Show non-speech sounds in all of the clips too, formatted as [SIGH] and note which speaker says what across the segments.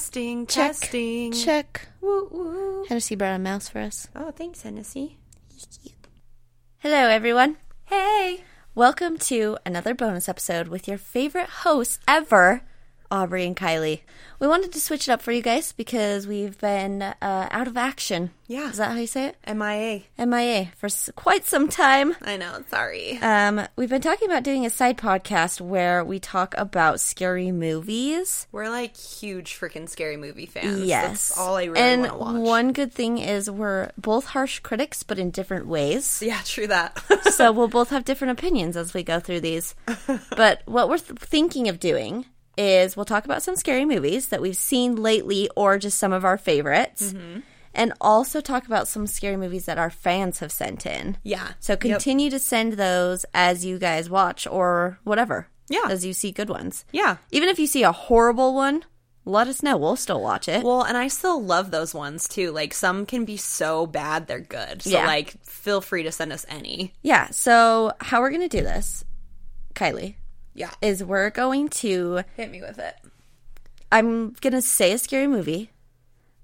Speaker 1: Testing,
Speaker 2: Check.
Speaker 1: testing.
Speaker 2: Check.
Speaker 1: Woo, woo.
Speaker 2: Hennessy brought a mouse for us.
Speaker 1: Oh, thanks, Hennessy.
Speaker 2: Hello, everyone.
Speaker 1: Hey.
Speaker 2: Welcome to another bonus episode with your favorite hosts ever, Aubrey and Kylie. We wanted to switch it up for you guys because we've been uh, out of action.
Speaker 1: Yeah.
Speaker 2: Is that how you say it?
Speaker 1: MIA.
Speaker 2: MIA for s- quite some time.
Speaker 1: I know, sorry.
Speaker 2: Um, we've been talking about doing a side podcast where we talk about scary movies.
Speaker 1: We're like huge freaking scary movie fans.
Speaker 2: Yes.
Speaker 1: That's all I really
Speaker 2: and
Speaker 1: want to watch.
Speaker 2: One good thing is we're both harsh critics, but in different ways.
Speaker 1: Yeah, true that.
Speaker 2: [LAUGHS] so we'll both have different opinions as we go through these. But what we're th- thinking of doing is we'll talk about some scary movies that we've seen lately or just some of our favorites.
Speaker 1: Mm-hmm.
Speaker 2: And also talk about some scary movies that our fans have sent in.
Speaker 1: [LAUGHS] yeah.
Speaker 2: So continue to send those as you guys watch or whatever.
Speaker 1: Yeah.
Speaker 2: As you see good ones.
Speaker 1: Yeah.
Speaker 2: Even if you see a horrible one, let us know. We'll still watch it.
Speaker 1: Well, and I still love those ones too. Like some can be so bad they're good. So
Speaker 2: Yeah.
Speaker 1: like feel free to send us any.
Speaker 2: yeah. So, how we're going to do this, Kylie,
Speaker 1: Yeah.
Speaker 2: is we're going to,
Speaker 1: Hit me with it.
Speaker 2: I'm going to say a scary movie.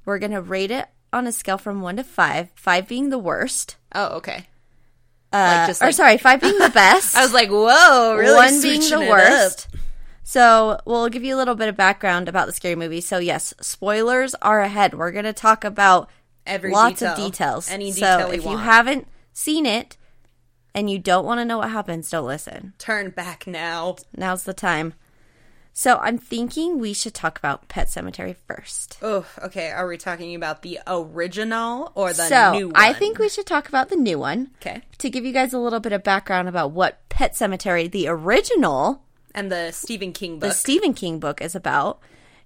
Speaker 2: We're going to rate it on a scale from one to five, five being the worst.
Speaker 1: Oh, okay.
Speaker 2: Uh,
Speaker 1: just
Speaker 2: or,
Speaker 1: like-
Speaker 2: sorry, five being
Speaker 1: [LAUGHS]
Speaker 2: the best.
Speaker 1: I was like, whoa, really?
Speaker 2: one being
Speaker 1: switching
Speaker 2: the
Speaker 1: it
Speaker 2: worst.
Speaker 1: up.
Speaker 2: So we'll give you a little bit of background about the scary movie. So yes, spoilers are ahead. We're going to talk about
Speaker 1: Every
Speaker 2: lots of
Speaker 1: detail.
Speaker 2: details.
Speaker 1: Any
Speaker 2: so
Speaker 1: detail we
Speaker 2: if you
Speaker 1: want.
Speaker 2: haven't seen it and you don't want to know what happens, don't listen.
Speaker 1: Turn back now.
Speaker 2: Now's the time. So I'm thinking we should talk about Pet Cemetery first.
Speaker 1: Oh, okay. Are we talking about the original or the
Speaker 2: so
Speaker 1: new one?
Speaker 2: I think we should talk about the new one.
Speaker 1: Okay.
Speaker 2: To give you guys a little bit of background about what Pet Cemetery, the original,
Speaker 1: And the Stephen King
Speaker 2: the
Speaker 1: book.
Speaker 2: Stephen King book is about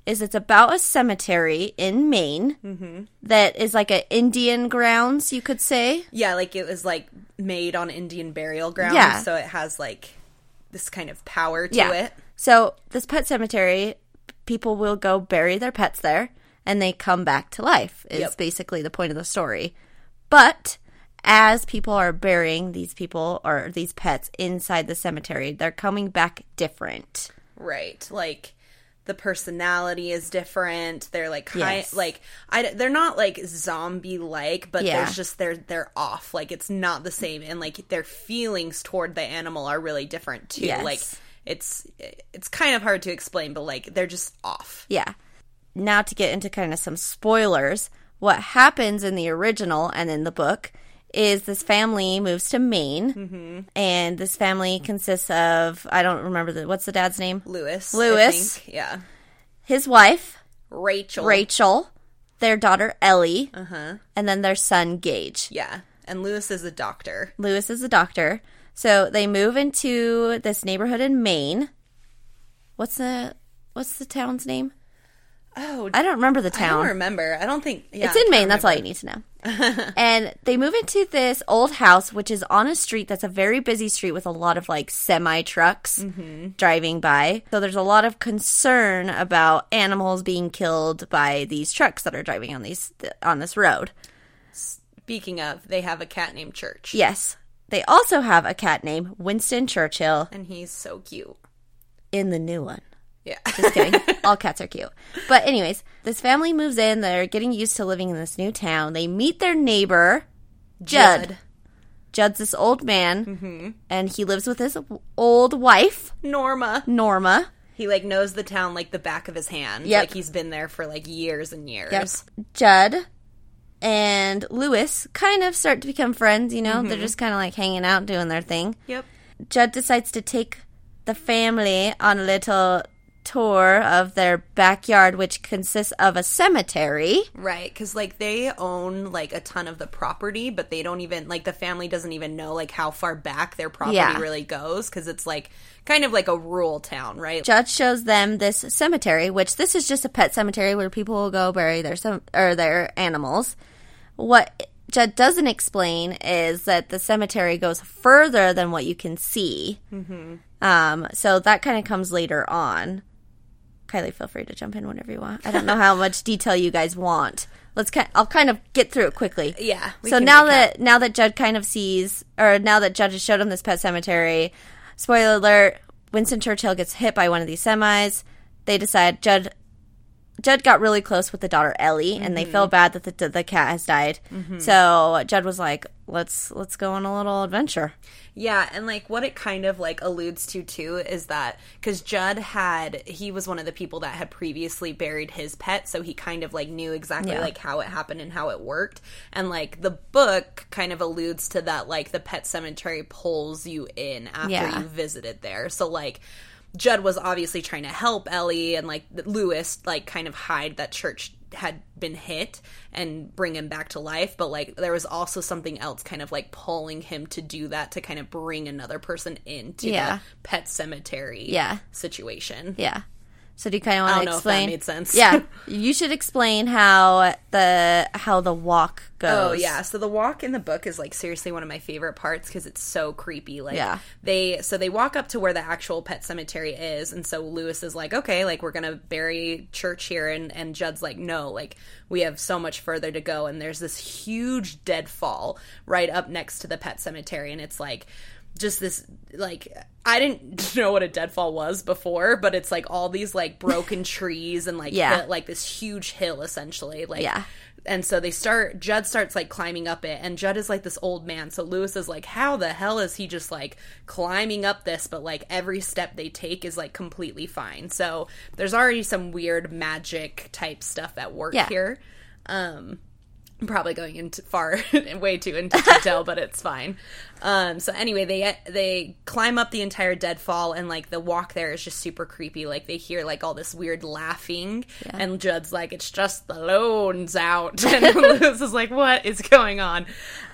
Speaker 2: is it's about a cemetery in Maine
Speaker 1: Mm-hmm.
Speaker 2: that is like a Indian grounds, you could say.
Speaker 1: yeah, like it was like made on Indian burial ground.
Speaker 2: Yeah.
Speaker 1: So it has like this kind of power to it.
Speaker 2: So this pet cemetery, people will go bury their pets there and they come back to life is
Speaker 1: Yep.
Speaker 2: basically the point of the story. But as people are burying these people or these pets inside the cemetery, they're coming back different.
Speaker 1: Right. Like the personality is different. They're like kind
Speaker 2: Yes.
Speaker 1: like I d- they're not like zombie like, but
Speaker 2: Yeah.
Speaker 1: there's just they're they're off. Like it's not the same and like their feelings toward the animal are really different too.
Speaker 2: Yes.
Speaker 1: Like it's it's kind of hard to explain, but like they're just off.
Speaker 2: Yeah. Now to get into kind of some spoilers, what happens in the original and in the book is this family moves to Maine,
Speaker 1: Mm-hmm.
Speaker 2: and this family consists of I don't remember the what's the dad's name,
Speaker 1: Lewis. I
Speaker 2: Lewis.
Speaker 1: think. Yeah.
Speaker 2: his wife
Speaker 1: Rachel.
Speaker 2: Rachel, their daughter Ellie,
Speaker 1: Uh-huh.
Speaker 2: and then their son Gage.
Speaker 1: Yeah. And Lewis is a doctor.
Speaker 2: Lewis is a doctor, so they move into this neighborhood in Maine. What's the what's the town's name?
Speaker 1: Oh,
Speaker 2: I don't remember the
Speaker 1: I
Speaker 2: town.
Speaker 1: don't remember. I don't think yeah,
Speaker 2: It's in Maine. That's all you need to know. [LAUGHS] and they move into this old house, which is on a street that's a very busy street with a lot of like semi trucks
Speaker 1: Mm-hmm.
Speaker 2: driving by. So there's a lot of concern about animals being killed by these trucks that are driving on these th- on this road.
Speaker 1: Speaking of, they have a cat named Church.
Speaker 2: Yes, they also have a cat named Winston Churchill
Speaker 1: And he's so cute.
Speaker 2: in the new one.
Speaker 1: Yeah. [LAUGHS]
Speaker 2: Just kidding. All cats are cute. But anyways, this family moves in. They're getting used to living in this new town. They meet their neighbor, Judd. Judd's this old man, and he lives with his old wife,
Speaker 1: Norma.
Speaker 2: Norma.
Speaker 1: He like knows the town like the back of his hand.
Speaker 2: Yep.
Speaker 1: Like he's been there for like years and years.
Speaker 2: Judd and Lewis kind of start to become friends, you know? They're just kind of like hanging out, doing their thing.
Speaker 1: Yep.
Speaker 2: Judd decides to take the family on a little tour of their backyard, which consists of a cemetery.
Speaker 1: Right, cuz like they own like a ton of the property, but they don't even like the family doesn't even know like how far back their property
Speaker 2: Yeah.
Speaker 1: really goes cuz it's like kind of like a rural town, right?
Speaker 2: Judd shows them this cemetery, which this is just a pet cemetery where people will go bury their some or their animals. What Judd doesn't explain is that the cemetery goes further than what you can see. Mm-hmm. Um, so that kind of comes later on. Kylie, feel free to jump in whenever you want. I don't know how
Speaker 1: [LAUGHS]
Speaker 2: much detail you guys want. Let's. Kind, I'll kind of get through it quickly
Speaker 1: yeah. we
Speaker 2: so
Speaker 1: can
Speaker 2: now
Speaker 1: recap.
Speaker 2: that now that Judd kind of sees, or now that Judd has showed him this pet cemetery, spoiler alert: Winston Churchill gets hit by one of these semis. They decide Judd Judd got really close with the daughter Ellie, and they
Speaker 1: Mm-hmm.
Speaker 2: feel bad that the, the cat has died. So Judd was like, "Let's let's go on a little adventure."
Speaker 1: Yeah, and like what it kind of like alludes to too is that because Judd had he was one of the people that had previously buried his pet, so he kind of like knew exactly
Speaker 2: Yeah.
Speaker 1: like how it happened and how it worked. And like the book kind of alludes to that like the pet cemetery pulls you in after
Speaker 2: Yeah.
Speaker 1: you [LAUGHS] visited there. So like Judd was obviously trying to help Ellie and like Lewis like kind of hide that church had been hit and bring him back to life but like there was also something else kind of like pulling him to do that to kind of bring another person into
Speaker 2: Yeah.
Speaker 1: the pet cemetery
Speaker 2: Yeah.
Speaker 1: situation.
Speaker 2: Yeah. So do you kind of want
Speaker 1: don't
Speaker 2: to
Speaker 1: know if that
Speaker 2: explain?
Speaker 1: made sense. [LAUGHS]
Speaker 2: Yeah, you should explain how the how the walk goes.
Speaker 1: Oh yeah, so the walk in the book is like seriously one of my favorite parts because it's so creepy. Like
Speaker 2: Yeah.
Speaker 1: they so they walk up to where the actual pet cemetery is, and so Lewis is like, okay, like we're gonna bury Church here, and and Judd's like, no, like we have so much further to go, and there's this huge deadfall right up next to the pet cemetery, and it's like just this like I didn't [LAUGHS] know what a deadfall was before, but it's like all these like broken trees and like
Speaker 2: Yeah.
Speaker 1: the- like this huge hill essentially like
Speaker 2: Yeah.
Speaker 1: and so they start judd starts like climbing up it and judd is like this old man so lewis is like how the hell is he just like climbing up this but like every step they take is like completely fine so there's already some weird magic type stuff at work
Speaker 2: Yeah.
Speaker 1: here um I'm probably going into far [LAUGHS] way too into detail but it's fine um so anyway they they climb up the entire deadfall and like the walk there is just super creepy like they hear like all this weird laughing and judd's like it's just the loans out [LAUGHS] and lewis is like what is going on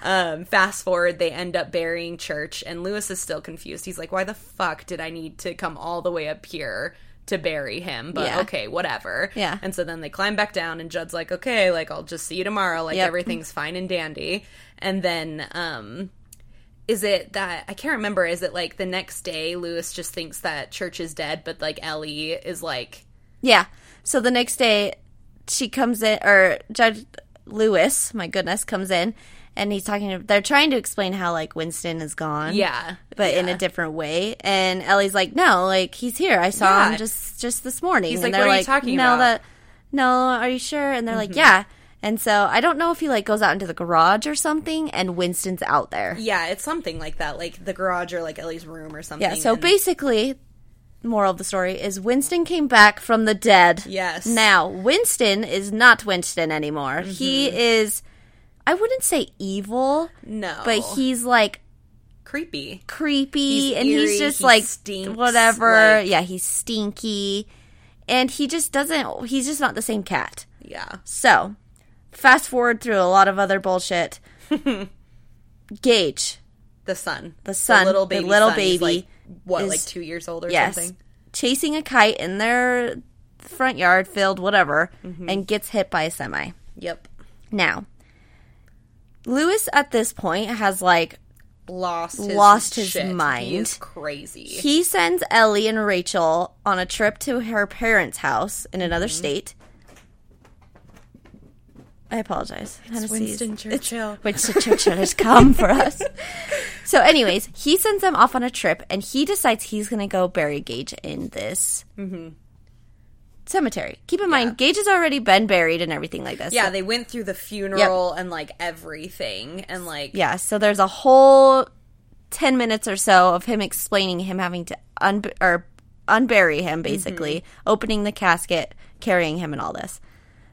Speaker 1: um fast forward they end up burying church and lewis is still confused he's like why the fuck did i need to come all the way up here to bury him but
Speaker 2: Yeah.
Speaker 1: okay whatever
Speaker 2: Yeah.
Speaker 1: and so then they climb back down, and Judd's like, okay, like, I'll just see you tomorrow. Like,
Speaker 2: Yep.
Speaker 1: everything's fine and dandy. And then, um, is it that I can't remember? Is it like the next day Lewis just thinks that Church is dead, but like Ellie is like,
Speaker 2: Yeah. So the next day, she comes in, or Judge Lewis, my goodness, comes in, and he's talking. To, they're trying to explain how like Winston is gone.
Speaker 1: yeah.
Speaker 2: But in a different way, and Ellie's like, "No, like he's here. I saw
Speaker 1: Yeah.
Speaker 2: him just just this morning."
Speaker 1: He's
Speaker 2: and
Speaker 1: like, "What are you talking
Speaker 2: no,
Speaker 1: about?" Mm-hmm.
Speaker 2: That, no, are you sure? And they're like, "Yeah." And so I don't know if he like goes out into the garage or something, and Winston's out there.
Speaker 1: Yeah, it's something like that, like the garage or like Ellie's room or something.
Speaker 2: Yeah. So
Speaker 1: and-
Speaker 2: basically, moral of the story is Winston came back from the dead.
Speaker 1: Yes.
Speaker 2: Now Winston is not Winston anymore. He
Speaker 1: Mm-hmm.
Speaker 2: is, I wouldn't say evil,
Speaker 1: no,
Speaker 2: but he's like
Speaker 1: creepy.
Speaker 2: creepy
Speaker 1: Oh. He's
Speaker 2: and
Speaker 1: eerie,
Speaker 2: he's just
Speaker 1: he
Speaker 2: like
Speaker 1: stinks,
Speaker 2: whatever.
Speaker 1: like-
Speaker 2: yeah, he's stinky, and he just doesn't. He's just not the same cat.
Speaker 1: Yeah.
Speaker 2: So, fast forward through a lot of other
Speaker 1: [LAUGHS]
Speaker 2: bullshit. Gage,
Speaker 1: The son.
Speaker 2: The son,
Speaker 1: little
Speaker 2: the
Speaker 1: baby.
Speaker 2: little
Speaker 1: son. He's,
Speaker 2: baby
Speaker 1: like, what,
Speaker 2: is-
Speaker 1: like two years old or
Speaker 2: yes,
Speaker 1: something?
Speaker 2: chasing a kite in their front yard, field, whatever,
Speaker 1: Mm-hmm.
Speaker 2: and gets hit by a semi.
Speaker 1: Yep.
Speaker 2: Now, Lewis at this point has like
Speaker 1: Lost his
Speaker 2: Lost his
Speaker 1: shit.
Speaker 2: mind.
Speaker 1: He is crazy.
Speaker 2: he sends Ellie and Rachel on a trip to her parents' house in another
Speaker 1: Mm-hmm.
Speaker 2: state. I apologize. I had a seize.
Speaker 1: Churchill.
Speaker 2: Winston Churchill has come for us. So, anyways, he sends them off on a trip, and he decides he's going to go bury Gage in this cemetery. Keep in mind, Gage has already been buried and everything like this.
Speaker 1: Yeah, they went through the funeral and like everything and like
Speaker 2: Yeah, so there's a whole 10 minutes or so of him explaining him having to un- or unbury him basically, opening the casket, carrying him and all this.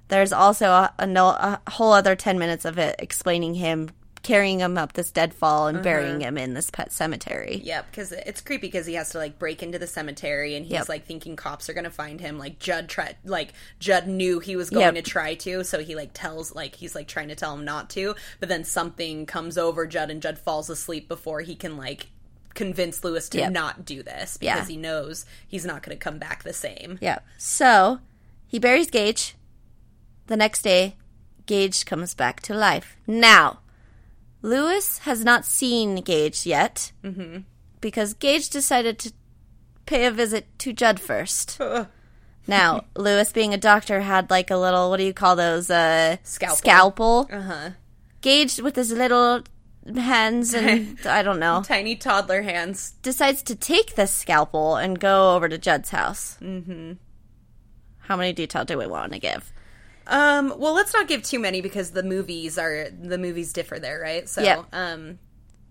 Speaker 2: There's also a, a, no, a whole other 10 minutes of it explaining him carrying him up this deadfall and burying him in this pet cemetery.
Speaker 1: Yep, because it's creepy because he has to like break into the cemetery and he's
Speaker 2: Yep.
Speaker 1: like thinking cops are gonna find him. Like Judd try, like Judd knew he was going
Speaker 2: Yep.
Speaker 1: to try to, so he like tells like he's like trying to tell him not to, but then something comes over Judd and Judd falls asleep before he can like convince Lewis to
Speaker 2: Yep.
Speaker 1: not do this
Speaker 2: Yeah.
Speaker 1: because he knows he's not gonna come back the same.
Speaker 2: Yeah. So he buries Gage. The next day, Gage comes back to life. Now, Lewis has not seen Gage yet mm-hmm. because Gage decided to pay a visit to Judd first. now, Lewis, being a doctor, had like a little what do you call those? Uh,
Speaker 1: Scalpel.
Speaker 2: Scalpel.
Speaker 1: Uh huh.
Speaker 2: Gage with his little hands and I don't know
Speaker 1: Tiny toddler hands
Speaker 2: decides to take this scalpel and go over to Judd's house. Mm-hmm. How many detail do we want to give?
Speaker 1: Um, well, let's not give too many because the movies are the movies differ there, right? So,
Speaker 2: Yeah.
Speaker 1: um,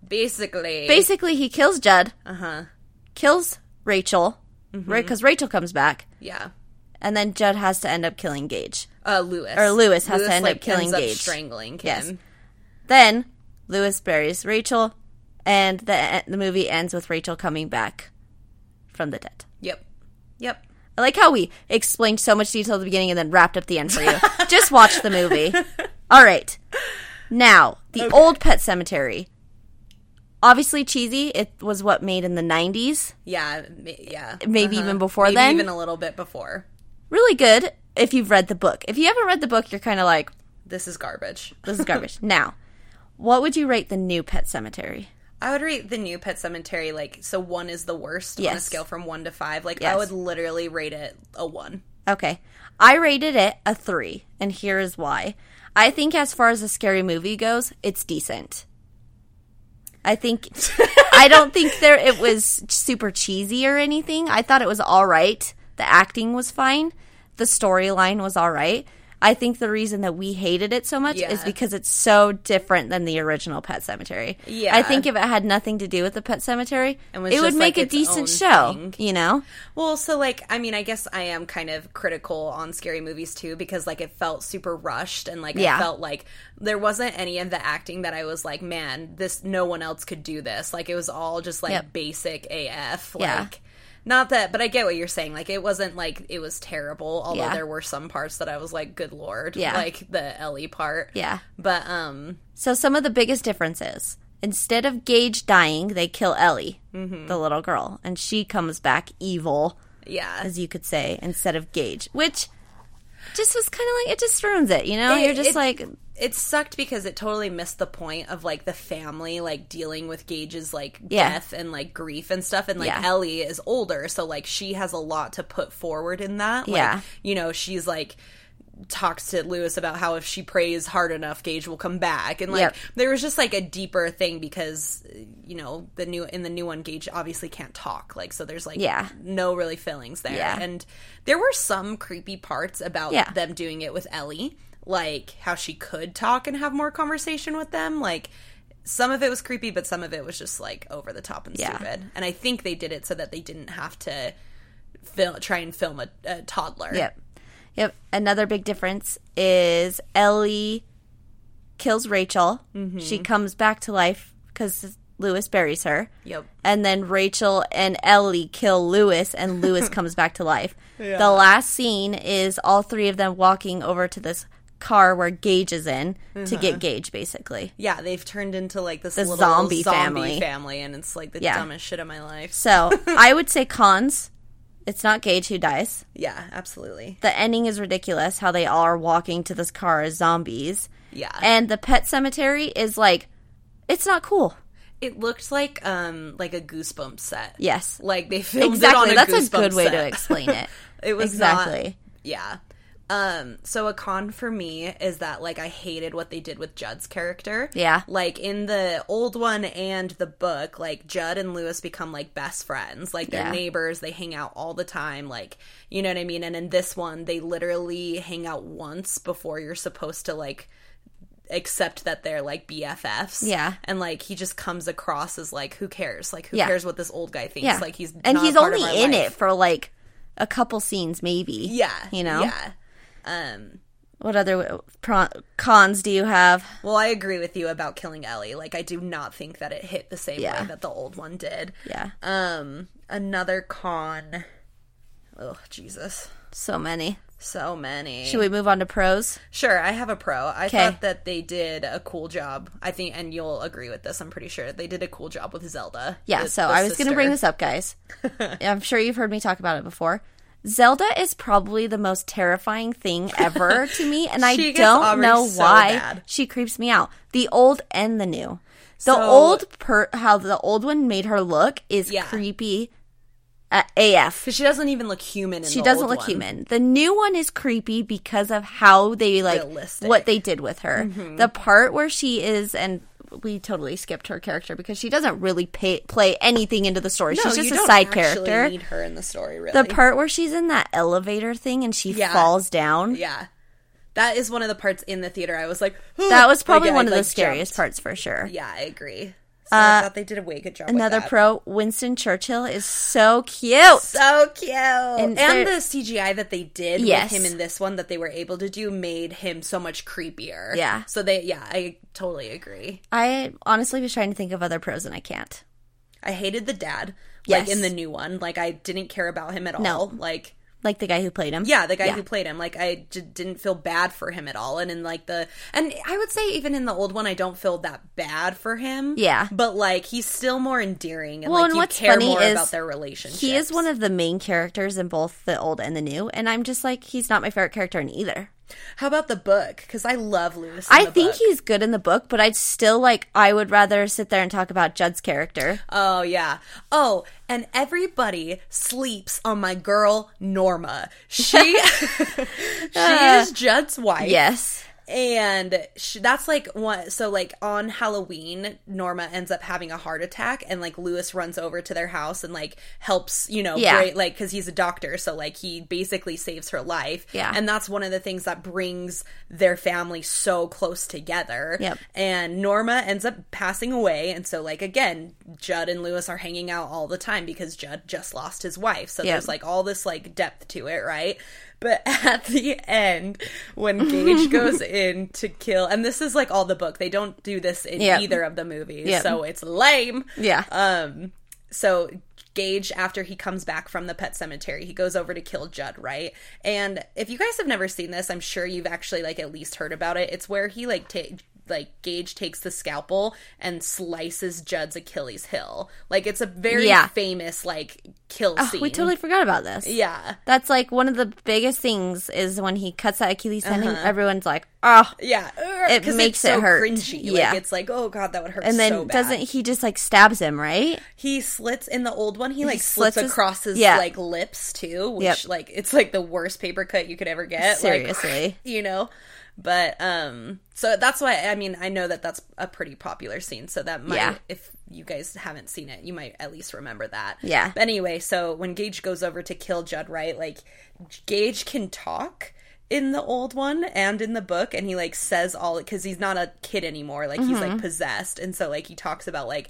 Speaker 1: basically,
Speaker 2: Basically, he kills Judd,
Speaker 1: uh huh,
Speaker 2: kills Rachel, because Rachel comes back,
Speaker 1: yeah.
Speaker 2: and then Judd has to end up killing Gage.
Speaker 1: Uh, Lewis
Speaker 2: Or Lewis has to end up killing
Speaker 1: ends
Speaker 2: Gage.
Speaker 1: strangling him.
Speaker 2: Yes. Then Lewis buries Rachel, and the the movie ends with Rachel coming back from the dead.
Speaker 1: Yep. Yep.
Speaker 2: I like how we explained so much detail at the beginning and then wrapped up the end for
Speaker 1: [LAUGHS]
Speaker 2: you. Just watch the movie. All right. Now, the old pet cemetery. Obviously cheesy. It was what made in the 90s.
Speaker 1: Yeah. ma- Yeah.
Speaker 2: Maybe even before
Speaker 1: Uh-huh. Maybe
Speaker 2: then.
Speaker 1: even a little bit before.
Speaker 2: Really good if you've read the book. If you haven't read the book, you're kind of like,
Speaker 1: This is garbage.
Speaker 2: this
Speaker 1: [LAUGHS]
Speaker 2: is garbage. now, what would you rate the new pet cemetery?
Speaker 1: I would rate the new Pet Cemetery like so. One is the worst on a
Speaker 2: Yes.
Speaker 1: scale from one to five. Like I
Speaker 2: Yes.
Speaker 1: would literally rate it a one.
Speaker 2: Okay. I rated it a three, and here is why. I think, as far as a scary movie goes, it's decent.
Speaker 1: [LAUGHS]
Speaker 2: I think, I don't think there it was super cheesy or anything. I thought it was all right. The acting was fine, the storyline was all right. I think the reason that we hated it so much is
Speaker 1: Yeah.
Speaker 2: because it's so different than the original Pet Cemetery.
Speaker 1: Yeah.
Speaker 2: I think if it had nothing to do with the Pet Cemetery, it
Speaker 1: was
Speaker 2: would
Speaker 1: just like
Speaker 2: make a
Speaker 1: its own
Speaker 2: decent show,
Speaker 1: thing.
Speaker 2: you know?
Speaker 1: Well, so like I mean, I guess I am kind of critical on scary movies too because like it felt super rushed and like
Speaker 2: Yeah.
Speaker 1: I felt like there wasn't any of the acting that I was like, man, this no one else could do this. Like it was all just like
Speaker 2: Yep.
Speaker 1: basic AF. Like
Speaker 2: Yeah.
Speaker 1: not that, but I get what you're saying. Like it wasn't like it was terrible. Although
Speaker 2: Yeah.
Speaker 1: there were some parts that I was like, good lord,
Speaker 2: Yeah.
Speaker 1: like the Ellie part.
Speaker 2: Yeah.
Speaker 1: But um,
Speaker 2: So some of the biggest differences. Instead of Gage dying, they kill Ellie,
Speaker 1: Mm-hmm.
Speaker 2: the little girl, and she comes back evil,
Speaker 1: yeah,
Speaker 2: as you could say, instead of Gage, which just was kind of like it just ruins it, you know?
Speaker 1: It-
Speaker 2: You're just
Speaker 1: it-
Speaker 2: like,
Speaker 1: it sucked because it totally missed the point of like the family like dealing with Gage's like
Speaker 2: Yeah.
Speaker 1: death and like grief and stuff and like
Speaker 2: Yeah.
Speaker 1: Ellie is older so like she has a lot to put forward in that like
Speaker 2: Yeah.
Speaker 1: you know she's like talks to Lewis about how if she prays hard enough Gage will come back and like
Speaker 2: Yep.
Speaker 1: there was just like a deeper thing because you know the new in the new one Gage obviously can't talk like so there's like
Speaker 2: Yeah.
Speaker 1: no really feelings there
Speaker 2: Yeah.
Speaker 1: and there were some creepy parts about
Speaker 2: Yeah.
Speaker 1: them doing it with Ellie, like how she could talk and have more conversation with them. Like some of it was creepy, but some of it was just like over the top and
Speaker 2: Yeah.
Speaker 1: stupid. And I think they did it so that they didn't have to fil- try and film a, a toddler.
Speaker 2: yep. Yep. Another big difference is Ellie kills Rachel.
Speaker 1: Mm-hmm.
Speaker 2: She comes back to life because Lewis buries her.
Speaker 1: Yep.
Speaker 2: and then Rachel and Ellie kill Lewis,
Speaker 1: [LAUGHS]
Speaker 2: and Lewis comes back to life. The last scene is all three of them walking over to this car where Gage is in to
Speaker 1: Mm-hmm.
Speaker 2: get Gage, basically.
Speaker 1: Yeah, they've turned into like this little
Speaker 2: zombie
Speaker 1: zombie,
Speaker 2: family.
Speaker 1: family. and it's like the
Speaker 2: Yeah.
Speaker 1: dumbest shit of my life. [LAUGHS]
Speaker 2: So I would say cons. It's not Gage who dies.
Speaker 1: Yeah, absolutely.
Speaker 2: The ending is ridiculous. How they all are walking to this car as zombies,
Speaker 1: Yeah.
Speaker 2: and the pet cemetery is like, it's not cool.
Speaker 1: it looked like um like a goosebump set.
Speaker 2: Yes,
Speaker 1: Like they filmed it on
Speaker 2: exactly.
Speaker 1: a
Speaker 2: That's a
Speaker 1: Goosebumps
Speaker 2: good way to
Speaker 1: set.
Speaker 2: explain it.
Speaker 1: [LAUGHS] It was not-
Speaker 2: exactly.
Speaker 1: Yeah. Um, so a con for me is that like I hated what they did with Judd's character.
Speaker 2: Yeah.
Speaker 1: Like in the old one and the book, like Judd and Lewis become like best friends. Like they're
Speaker 2: Yeah.
Speaker 1: neighbors, they hang out all the time, like you know what I mean? And in this one, they literally hang out once before you're supposed to like accept that they're like BFFs.
Speaker 2: Yeah.
Speaker 1: And like he just comes across as like who cares? Like who
Speaker 2: Yeah.
Speaker 1: cares what this old guy thinks?
Speaker 2: Yeah.
Speaker 1: Like he's
Speaker 2: and
Speaker 1: not
Speaker 2: he's
Speaker 1: a part of
Speaker 2: only
Speaker 1: our
Speaker 2: in
Speaker 1: life.
Speaker 2: it for like a couple scenes, maybe.
Speaker 1: Yeah.
Speaker 2: you know.
Speaker 1: Yeah. Um
Speaker 2: What other pro- cons do you have?
Speaker 1: Well, I agree with you about killing Ellie. Like, I do not think that it hit the same
Speaker 2: Yeah.
Speaker 1: way that the old one did.
Speaker 2: Yeah,
Speaker 1: Um, another con. Oh Jesus,
Speaker 2: so many.
Speaker 1: so many.
Speaker 2: Should we move on to pros?
Speaker 1: sure, I have a pro. I
Speaker 2: 'Kay.
Speaker 1: thought that they did a cool job. I think, and you'll agree with this. I'm pretty sure they did a cool job with Zelda.
Speaker 2: Yeah.
Speaker 1: the-
Speaker 2: so
Speaker 1: the
Speaker 2: I was going to
Speaker 1: sister.
Speaker 2: bring this up, guys.
Speaker 1: [LAUGHS]
Speaker 2: I'm sure you've heard me talk about it before. Zelda is probably the most terrifying thing ever
Speaker 1: [LAUGHS]
Speaker 2: to me, and I
Speaker 1: She gets
Speaker 2: don't
Speaker 1: Aubrey
Speaker 2: know
Speaker 1: so
Speaker 2: why
Speaker 1: bad.
Speaker 2: she creeps me out. The old and the new. The
Speaker 1: So-
Speaker 2: old, per- how the old one made her look is
Speaker 1: Yeah.
Speaker 2: creepy uh, AF.
Speaker 1: 'Cause she doesn't even look human. In
Speaker 2: She
Speaker 1: the
Speaker 2: doesn't
Speaker 1: old
Speaker 2: look
Speaker 1: one.
Speaker 2: human. The new one is creepy because of how they like
Speaker 1: Realistic. Mm-hmm.
Speaker 2: what they did with her. The part where she is and we totally skipped her character because she doesn't really pay, play anything into the story.
Speaker 1: No,
Speaker 2: she's
Speaker 1: you
Speaker 2: just a
Speaker 1: don't
Speaker 2: side
Speaker 1: actually
Speaker 2: character.
Speaker 1: Need her in the story, really.
Speaker 2: the part where she's in that elevator thing and she
Speaker 1: Yeah.
Speaker 2: falls down.
Speaker 1: yeah, that is one of the parts in the theater. I was like,
Speaker 2: That was
Speaker 1: Like,
Speaker 2: probably
Speaker 1: I,
Speaker 2: one of the
Speaker 1: like,
Speaker 2: scariest
Speaker 1: jumped.
Speaker 2: parts for sure.
Speaker 1: Yeah, I agree. So I thought they did a way good job.
Speaker 2: Uh, Another
Speaker 1: with that.
Speaker 2: pro, Winston Churchill is so cute.
Speaker 1: So cute. And,
Speaker 2: there-
Speaker 1: the CGI that they did
Speaker 2: Yes.
Speaker 1: with him in this one that they were able to do made him so much creepier.
Speaker 2: Yeah.
Speaker 1: So they yeah, I totally agree.
Speaker 2: I honestly was trying to think of other pros and I can't.
Speaker 1: I hated the dad.
Speaker 2: Yes.
Speaker 1: Like in the new one. Like I didn't care about him at
Speaker 2: No.
Speaker 1: all. Like
Speaker 2: Like the guy who played him.
Speaker 1: yeah, the guy who played him, like I j- didn't feel bad for him at all, and in like the, and I would say even in the old one, I don't feel that bad for him.
Speaker 2: Yeah.
Speaker 1: but like he's still more endearing, and
Speaker 2: Well,
Speaker 1: like
Speaker 2: and
Speaker 1: you
Speaker 2: what's
Speaker 1: care
Speaker 2: funny
Speaker 1: more
Speaker 2: is
Speaker 1: about their relationship.
Speaker 2: He is one of the main characters in both the old and the new, and I'm just like he's not my favorite character in either.
Speaker 1: How about the book? Because I love Lewis. in
Speaker 2: I
Speaker 1: the
Speaker 2: think
Speaker 1: book.
Speaker 2: he's good in the book, but I'd still like I would rather sit there and talk about
Speaker 1: [LAUGHS]
Speaker 2: Judd's character.
Speaker 1: Oh yeah. Oh, and everybody sleeps on my girl Norma.
Speaker 2: [LAUGHS]
Speaker 1: She [LAUGHS] she is Judd's wife.
Speaker 2: Yes.
Speaker 1: And she, that's like one so like on Halloween Norma ends up having a heart attack and like Lewis runs over to their house and like helps, you know,
Speaker 2: Yeah.
Speaker 1: break- like cuz he's a doctor so like he basically saves her life.
Speaker 2: Yeah.
Speaker 1: And that's one of the things that brings their family so close together.
Speaker 2: Yep.
Speaker 1: And Norma ends up passing away. And so, like, again, Judd and Lewis are hanging out all the time because Judd just lost his wife. So
Speaker 2: Yep.
Speaker 1: there's like all this like depth to it, right? But [LAUGHS] at the end, when Gage goes in to kill, and this is like all the book, they don't do this in
Speaker 2: Yep.
Speaker 1: either of the movies.
Speaker 2: Yep.
Speaker 1: So it's lame.
Speaker 2: Yeah.
Speaker 1: Um, so Gage, after he comes back from the pet cemetery, he goes over to kill Judd, right? And if you guys have never seen this, I'm sure you've actually like at least heard about it. It's where he like ta- like Gage takes the scalpel and slices Judd's Achilles heel. Like it's a very
Speaker 2: Yeah. Oh,
Speaker 1: famous like kill scene.
Speaker 2: We totally forgot about this.
Speaker 1: yeah.
Speaker 2: That's like one of the biggest things is when he cuts that Achilles tendon,
Speaker 1: Uh-huh.
Speaker 2: everyone's like, oh.
Speaker 1: Yeah,
Speaker 2: It
Speaker 1: 'Cause it's
Speaker 2: makes it
Speaker 1: so
Speaker 2: hurt.
Speaker 1: Cringy.
Speaker 2: Yeah.
Speaker 1: like, it's like oh god, that would hurt.
Speaker 2: And then
Speaker 1: so bad.
Speaker 2: doesn't he just like stabs him, right?
Speaker 1: He slits in the old one. He like slits,
Speaker 2: slits his-
Speaker 1: across his
Speaker 2: yeah.
Speaker 1: like lips too, which
Speaker 2: Yep.
Speaker 1: like it's like the worst paper cut you could ever get. like,
Speaker 2: Seriously.
Speaker 1: you know. But um, so that's why I mean I know that that's a pretty popular scene. So that might
Speaker 2: Yeah.
Speaker 1: if you guys haven't seen it, you might at least remember that.
Speaker 2: Yeah.
Speaker 1: But anyway, so when Gage goes over to kill Judd, right? Like Gage can talk in the old one and in the book and he like says all cuz he's not a kid anymore like he's
Speaker 2: Mm-hmm.
Speaker 1: like possessed and so like he talks about like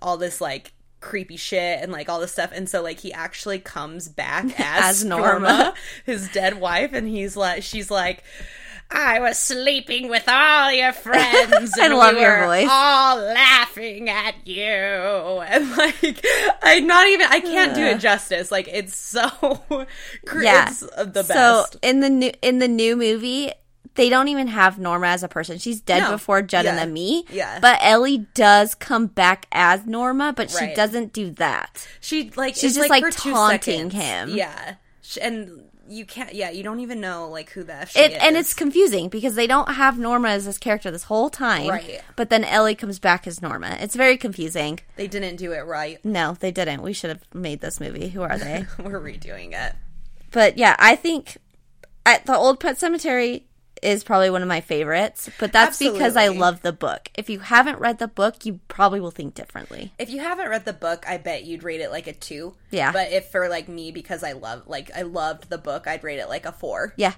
Speaker 1: all this like creepy shit and like all this stuff and so like he actually comes back
Speaker 2: [LAUGHS]
Speaker 1: as,
Speaker 2: As
Speaker 1: Norma,
Speaker 2: Norma.
Speaker 1: his dead wife and he's like she's like I was sleeping with all
Speaker 2: [LAUGHS]
Speaker 1: your friends. And
Speaker 2: love
Speaker 1: we
Speaker 2: your
Speaker 1: were
Speaker 2: voice.
Speaker 1: All laughing at you, [LAUGHS] and like I not even I can't do it justice. Like it's so, [LAUGHS] cr-
Speaker 2: Yeah.
Speaker 1: it's the best.
Speaker 2: So in the new in the new movie, they don't even have Norma as a person. She's dead
Speaker 1: No.
Speaker 2: before Judd and
Speaker 1: Yeah.
Speaker 2: the me.
Speaker 1: Yeah.
Speaker 2: But Ellie does come back as Norma, but
Speaker 1: Right.
Speaker 2: she doesn't do that.
Speaker 1: She like is,
Speaker 2: She's just,
Speaker 1: for
Speaker 2: like,
Speaker 1: two
Speaker 2: taunting
Speaker 1: seconds.
Speaker 2: him.
Speaker 1: Yeah, Sh and you can't. Yeah, you don't even know like who the f she
Speaker 2: It,
Speaker 1: is.
Speaker 2: and it's confusing because they don't have Norma as this character this whole time.
Speaker 1: Right.
Speaker 2: But then Ellie comes back as Norma. It's very confusing.
Speaker 1: they didn't do it right. [LAUGHS]
Speaker 2: No, they didn't. We should have made this movie. Who are they?
Speaker 1: We're redoing it.
Speaker 2: but yeah, I think at the Old Pet Cemetery is probably one of my favorites, but that's because I
Speaker 1: Absolutely.
Speaker 2: love the book. If you haven't read the book, you probably will think differently.
Speaker 1: If you haven't read the book, I bet you'd rate it like a two.
Speaker 2: Yeah.
Speaker 1: But if for like me, because I love like I loved the book, I'd rate it like a four.
Speaker 2: Yeah.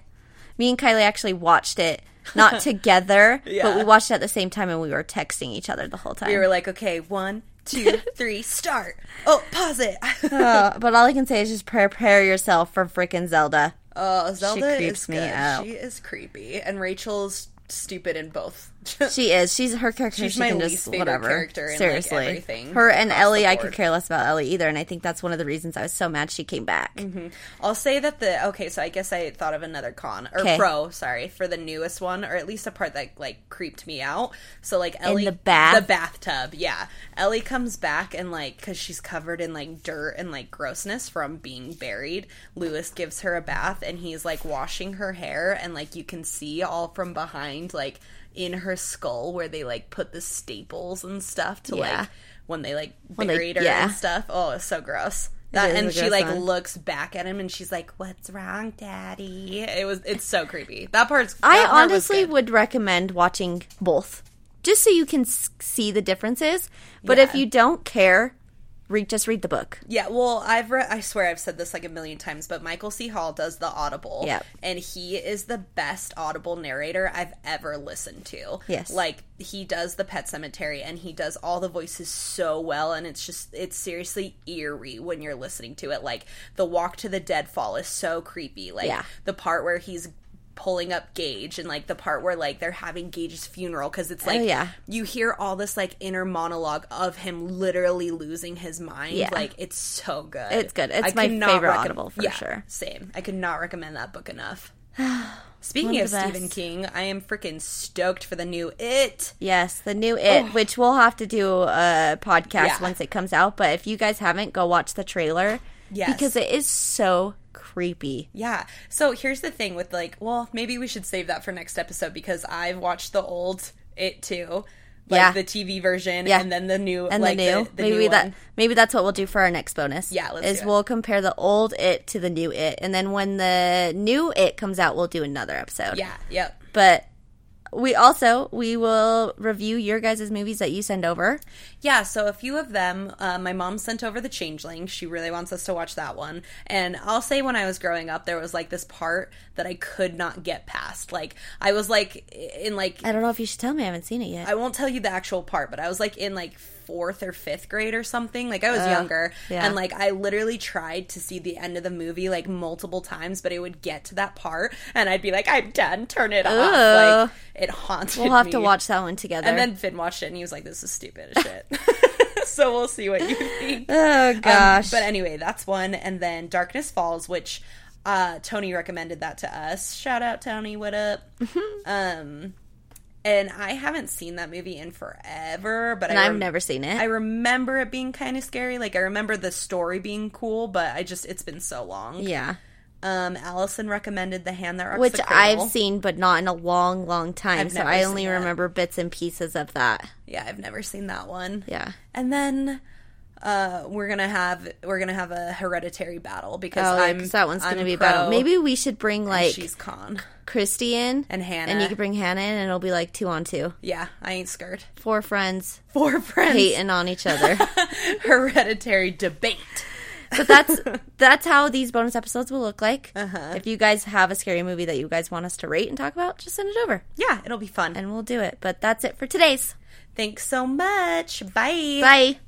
Speaker 2: Me and Kylie actually watched it
Speaker 1: [LAUGHS]
Speaker 2: not together,
Speaker 1: Yeah.
Speaker 2: but we watched it at the same time and we were texting each other the whole time.
Speaker 1: We were like, okay, one,
Speaker 2: [LAUGHS]
Speaker 1: two, three, start. Oh, pause it. [LAUGHS]
Speaker 2: Uh, but all I can say is just prepare yourself for frickin' Zelda.
Speaker 1: oh, Zelda
Speaker 2: creeps
Speaker 1: is
Speaker 2: me
Speaker 1: good.
Speaker 2: out.
Speaker 1: She is creepy, and Rachel's stupid in both. [LAUGHS]
Speaker 2: She is. She's her character.
Speaker 1: She's
Speaker 2: she
Speaker 1: my
Speaker 2: can
Speaker 1: least
Speaker 2: just,
Speaker 1: favorite
Speaker 2: whatever.
Speaker 1: character in, like,
Speaker 2: Seriously,
Speaker 1: everything
Speaker 2: her and
Speaker 1: across the
Speaker 2: Ellie. I
Speaker 1: board.
Speaker 2: could care less about Ellie either, and I think that's one of the reasons I was so mad she came back.
Speaker 1: I'll say that the okay, so I guess I thought of another con or
Speaker 2: 'Kay.
Speaker 1: pro, sorry, for the newest one, or at least a part that like creeped me out. So like Ellie,
Speaker 2: the bath?
Speaker 1: the bathtub, yeah. Ellie comes back and like because she's covered in like dirt and like grossness from being buried. Lewis gives her a bath and he's like washing her hair and like you can see all from behind like in her skull where they like put the staples and stuff to
Speaker 2: Yeah.
Speaker 1: like when they like
Speaker 2: they-
Speaker 1: buried her
Speaker 2: yeah.
Speaker 1: and stuff. Oh, it's so gross. That,
Speaker 2: is a
Speaker 1: and she
Speaker 2: gross
Speaker 1: like
Speaker 2: one.
Speaker 1: looks back at him and she's like, "What's wrong, Daddy?" It was it's so creepy. That part's.
Speaker 2: I
Speaker 1: that part was
Speaker 2: honestly
Speaker 1: good.
Speaker 2: would recommend watching both just so you can s- see the differences. But if
Speaker 1: Yeah.
Speaker 2: you don't care, read just read the book.
Speaker 1: Yeah, well, I've re- I swear I've said this like a million times, but Michael C. Hall does the Audible,
Speaker 2: Yep.
Speaker 1: and he is the best Audible narrator I've ever listened to.
Speaker 2: Yes.
Speaker 1: like he does the Pet Cemetery, and he does all the voices so well, and it's just it's seriously eerie when you're listening to it. Like the Walk to the Deadfall is so creepy. Like
Speaker 2: Yeah.
Speaker 1: the part where he's pulling up Gage, and like the part where like they're having Gage's funeral because it's like
Speaker 2: Oh, yeah.
Speaker 1: you hear all this like inner monologue of him literally losing his mind.
Speaker 2: Yeah.
Speaker 1: Like it's so good.
Speaker 2: It's good. It's my
Speaker 1: cannot
Speaker 2: favorite Audible for sure.
Speaker 1: Same. I could not recommend that book
Speaker 2: [SIGHS]
Speaker 1: enough. Speaking
Speaker 2: One
Speaker 1: of
Speaker 2: of the
Speaker 1: Stephen
Speaker 2: best.
Speaker 1: King, I am freaking stoked for the new It.
Speaker 2: Yes, the new It, which we'll have to do a podcast
Speaker 1: Yeah.
Speaker 2: once it comes out. But if you guys haven't, go watch the trailer.
Speaker 1: Yes.
Speaker 2: Because it is so creepy.
Speaker 1: Yeah. So here's the thing with like, well, maybe we should save that for next episode because I've watched the old It too, like
Speaker 2: Yeah.
Speaker 1: the TV version,
Speaker 2: Yeah.
Speaker 1: and then the new,
Speaker 2: And
Speaker 1: like
Speaker 2: the new,
Speaker 1: the
Speaker 2: maybe
Speaker 1: new
Speaker 2: that
Speaker 1: one.
Speaker 2: maybe that's what we'll do for our next bonus.
Speaker 1: Yeah, let's
Speaker 2: is
Speaker 1: do it.
Speaker 2: we'll compare the old it to the new it, and then when the new it comes out, we'll do another episode.
Speaker 1: Yeah. Yep.
Speaker 2: but we also we will review your guys' movies that you send over.
Speaker 1: Yeah, so a few of them. Uh, my mom sent over The Changeling. She really wants us to watch that one. And I'll say, when I was growing up, there was like this part that I could not get past. Like, I was like, in like,
Speaker 2: I don't know if you should tell me; I haven't seen it yet.
Speaker 1: I won't tell you the actual part, but I was like in like fourth or fifth grade or something. Like, I was younger.
Speaker 2: yeah.
Speaker 1: And like, I literally tried to see the end of the movie like multiple times, but it would get to that part and I'd be like, I'm done, turn it
Speaker 2: Ooh.
Speaker 1: off. Like, it haunted
Speaker 2: we'll have
Speaker 1: me.
Speaker 2: to watch that one together.
Speaker 1: And then Finn watched it and he was like, this is stupid as shit. [LAUGHS] so we'll see what you
Speaker 2: [LAUGHS]
Speaker 1: think.
Speaker 2: oh
Speaker 1: Um,
Speaker 2: gosh,
Speaker 1: but anyway, that's one. And then Darkness Falls, which uh, Tony recommended that to us. Shout out, Tony. What up?
Speaker 2: Mm-hmm.
Speaker 1: um, and I haven't seen that movie in forever, but
Speaker 2: and
Speaker 1: I
Speaker 2: I've
Speaker 1: rem-
Speaker 2: never seen it.
Speaker 1: I remember it being kind of scary. Like I remember the story being cool, but I just it's been so long.
Speaker 2: yeah,
Speaker 1: Um, Allison recommended The Hand That Rocks
Speaker 2: which
Speaker 1: the
Speaker 2: I've
Speaker 1: Cradle.
Speaker 2: seen, but not in a long, long time.
Speaker 1: I've
Speaker 2: so
Speaker 1: never
Speaker 2: I
Speaker 1: seen
Speaker 2: only
Speaker 1: that.
Speaker 2: remember bits and pieces of that.
Speaker 1: Yeah, I've never seen that one.
Speaker 2: Yeah.
Speaker 1: And then uh, we're gonna have we're gonna have a hereditary battle because
Speaker 2: Oh, yeah,
Speaker 1: I'm
Speaker 2: 'cause that one's going to
Speaker 1: I'm
Speaker 2: be
Speaker 1: pro,
Speaker 2: battle. Maybe we should bring
Speaker 1: and
Speaker 2: like
Speaker 1: she's con.
Speaker 2: Christy in
Speaker 1: And Hannah.
Speaker 2: and you could bring Hannah in, and it'll be like two on two,
Speaker 1: Yeah, I ain't scared. [LAUGHS]
Speaker 2: four friends
Speaker 1: Four friends.
Speaker 2: hating on
Speaker 1: [LAUGHS]
Speaker 2: each other.
Speaker 1: Hereditary debate.
Speaker 2: but that's that's how these bonus episodes will look like. If you guys have a scary movie that you guys want us to rate and talk about, just send it over,
Speaker 1: Yeah, it'll be fun.
Speaker 2: and we'll do it. But that's it for today's.
Speaker 1: Thanks so much. Bye.
Speaker 2: Bye.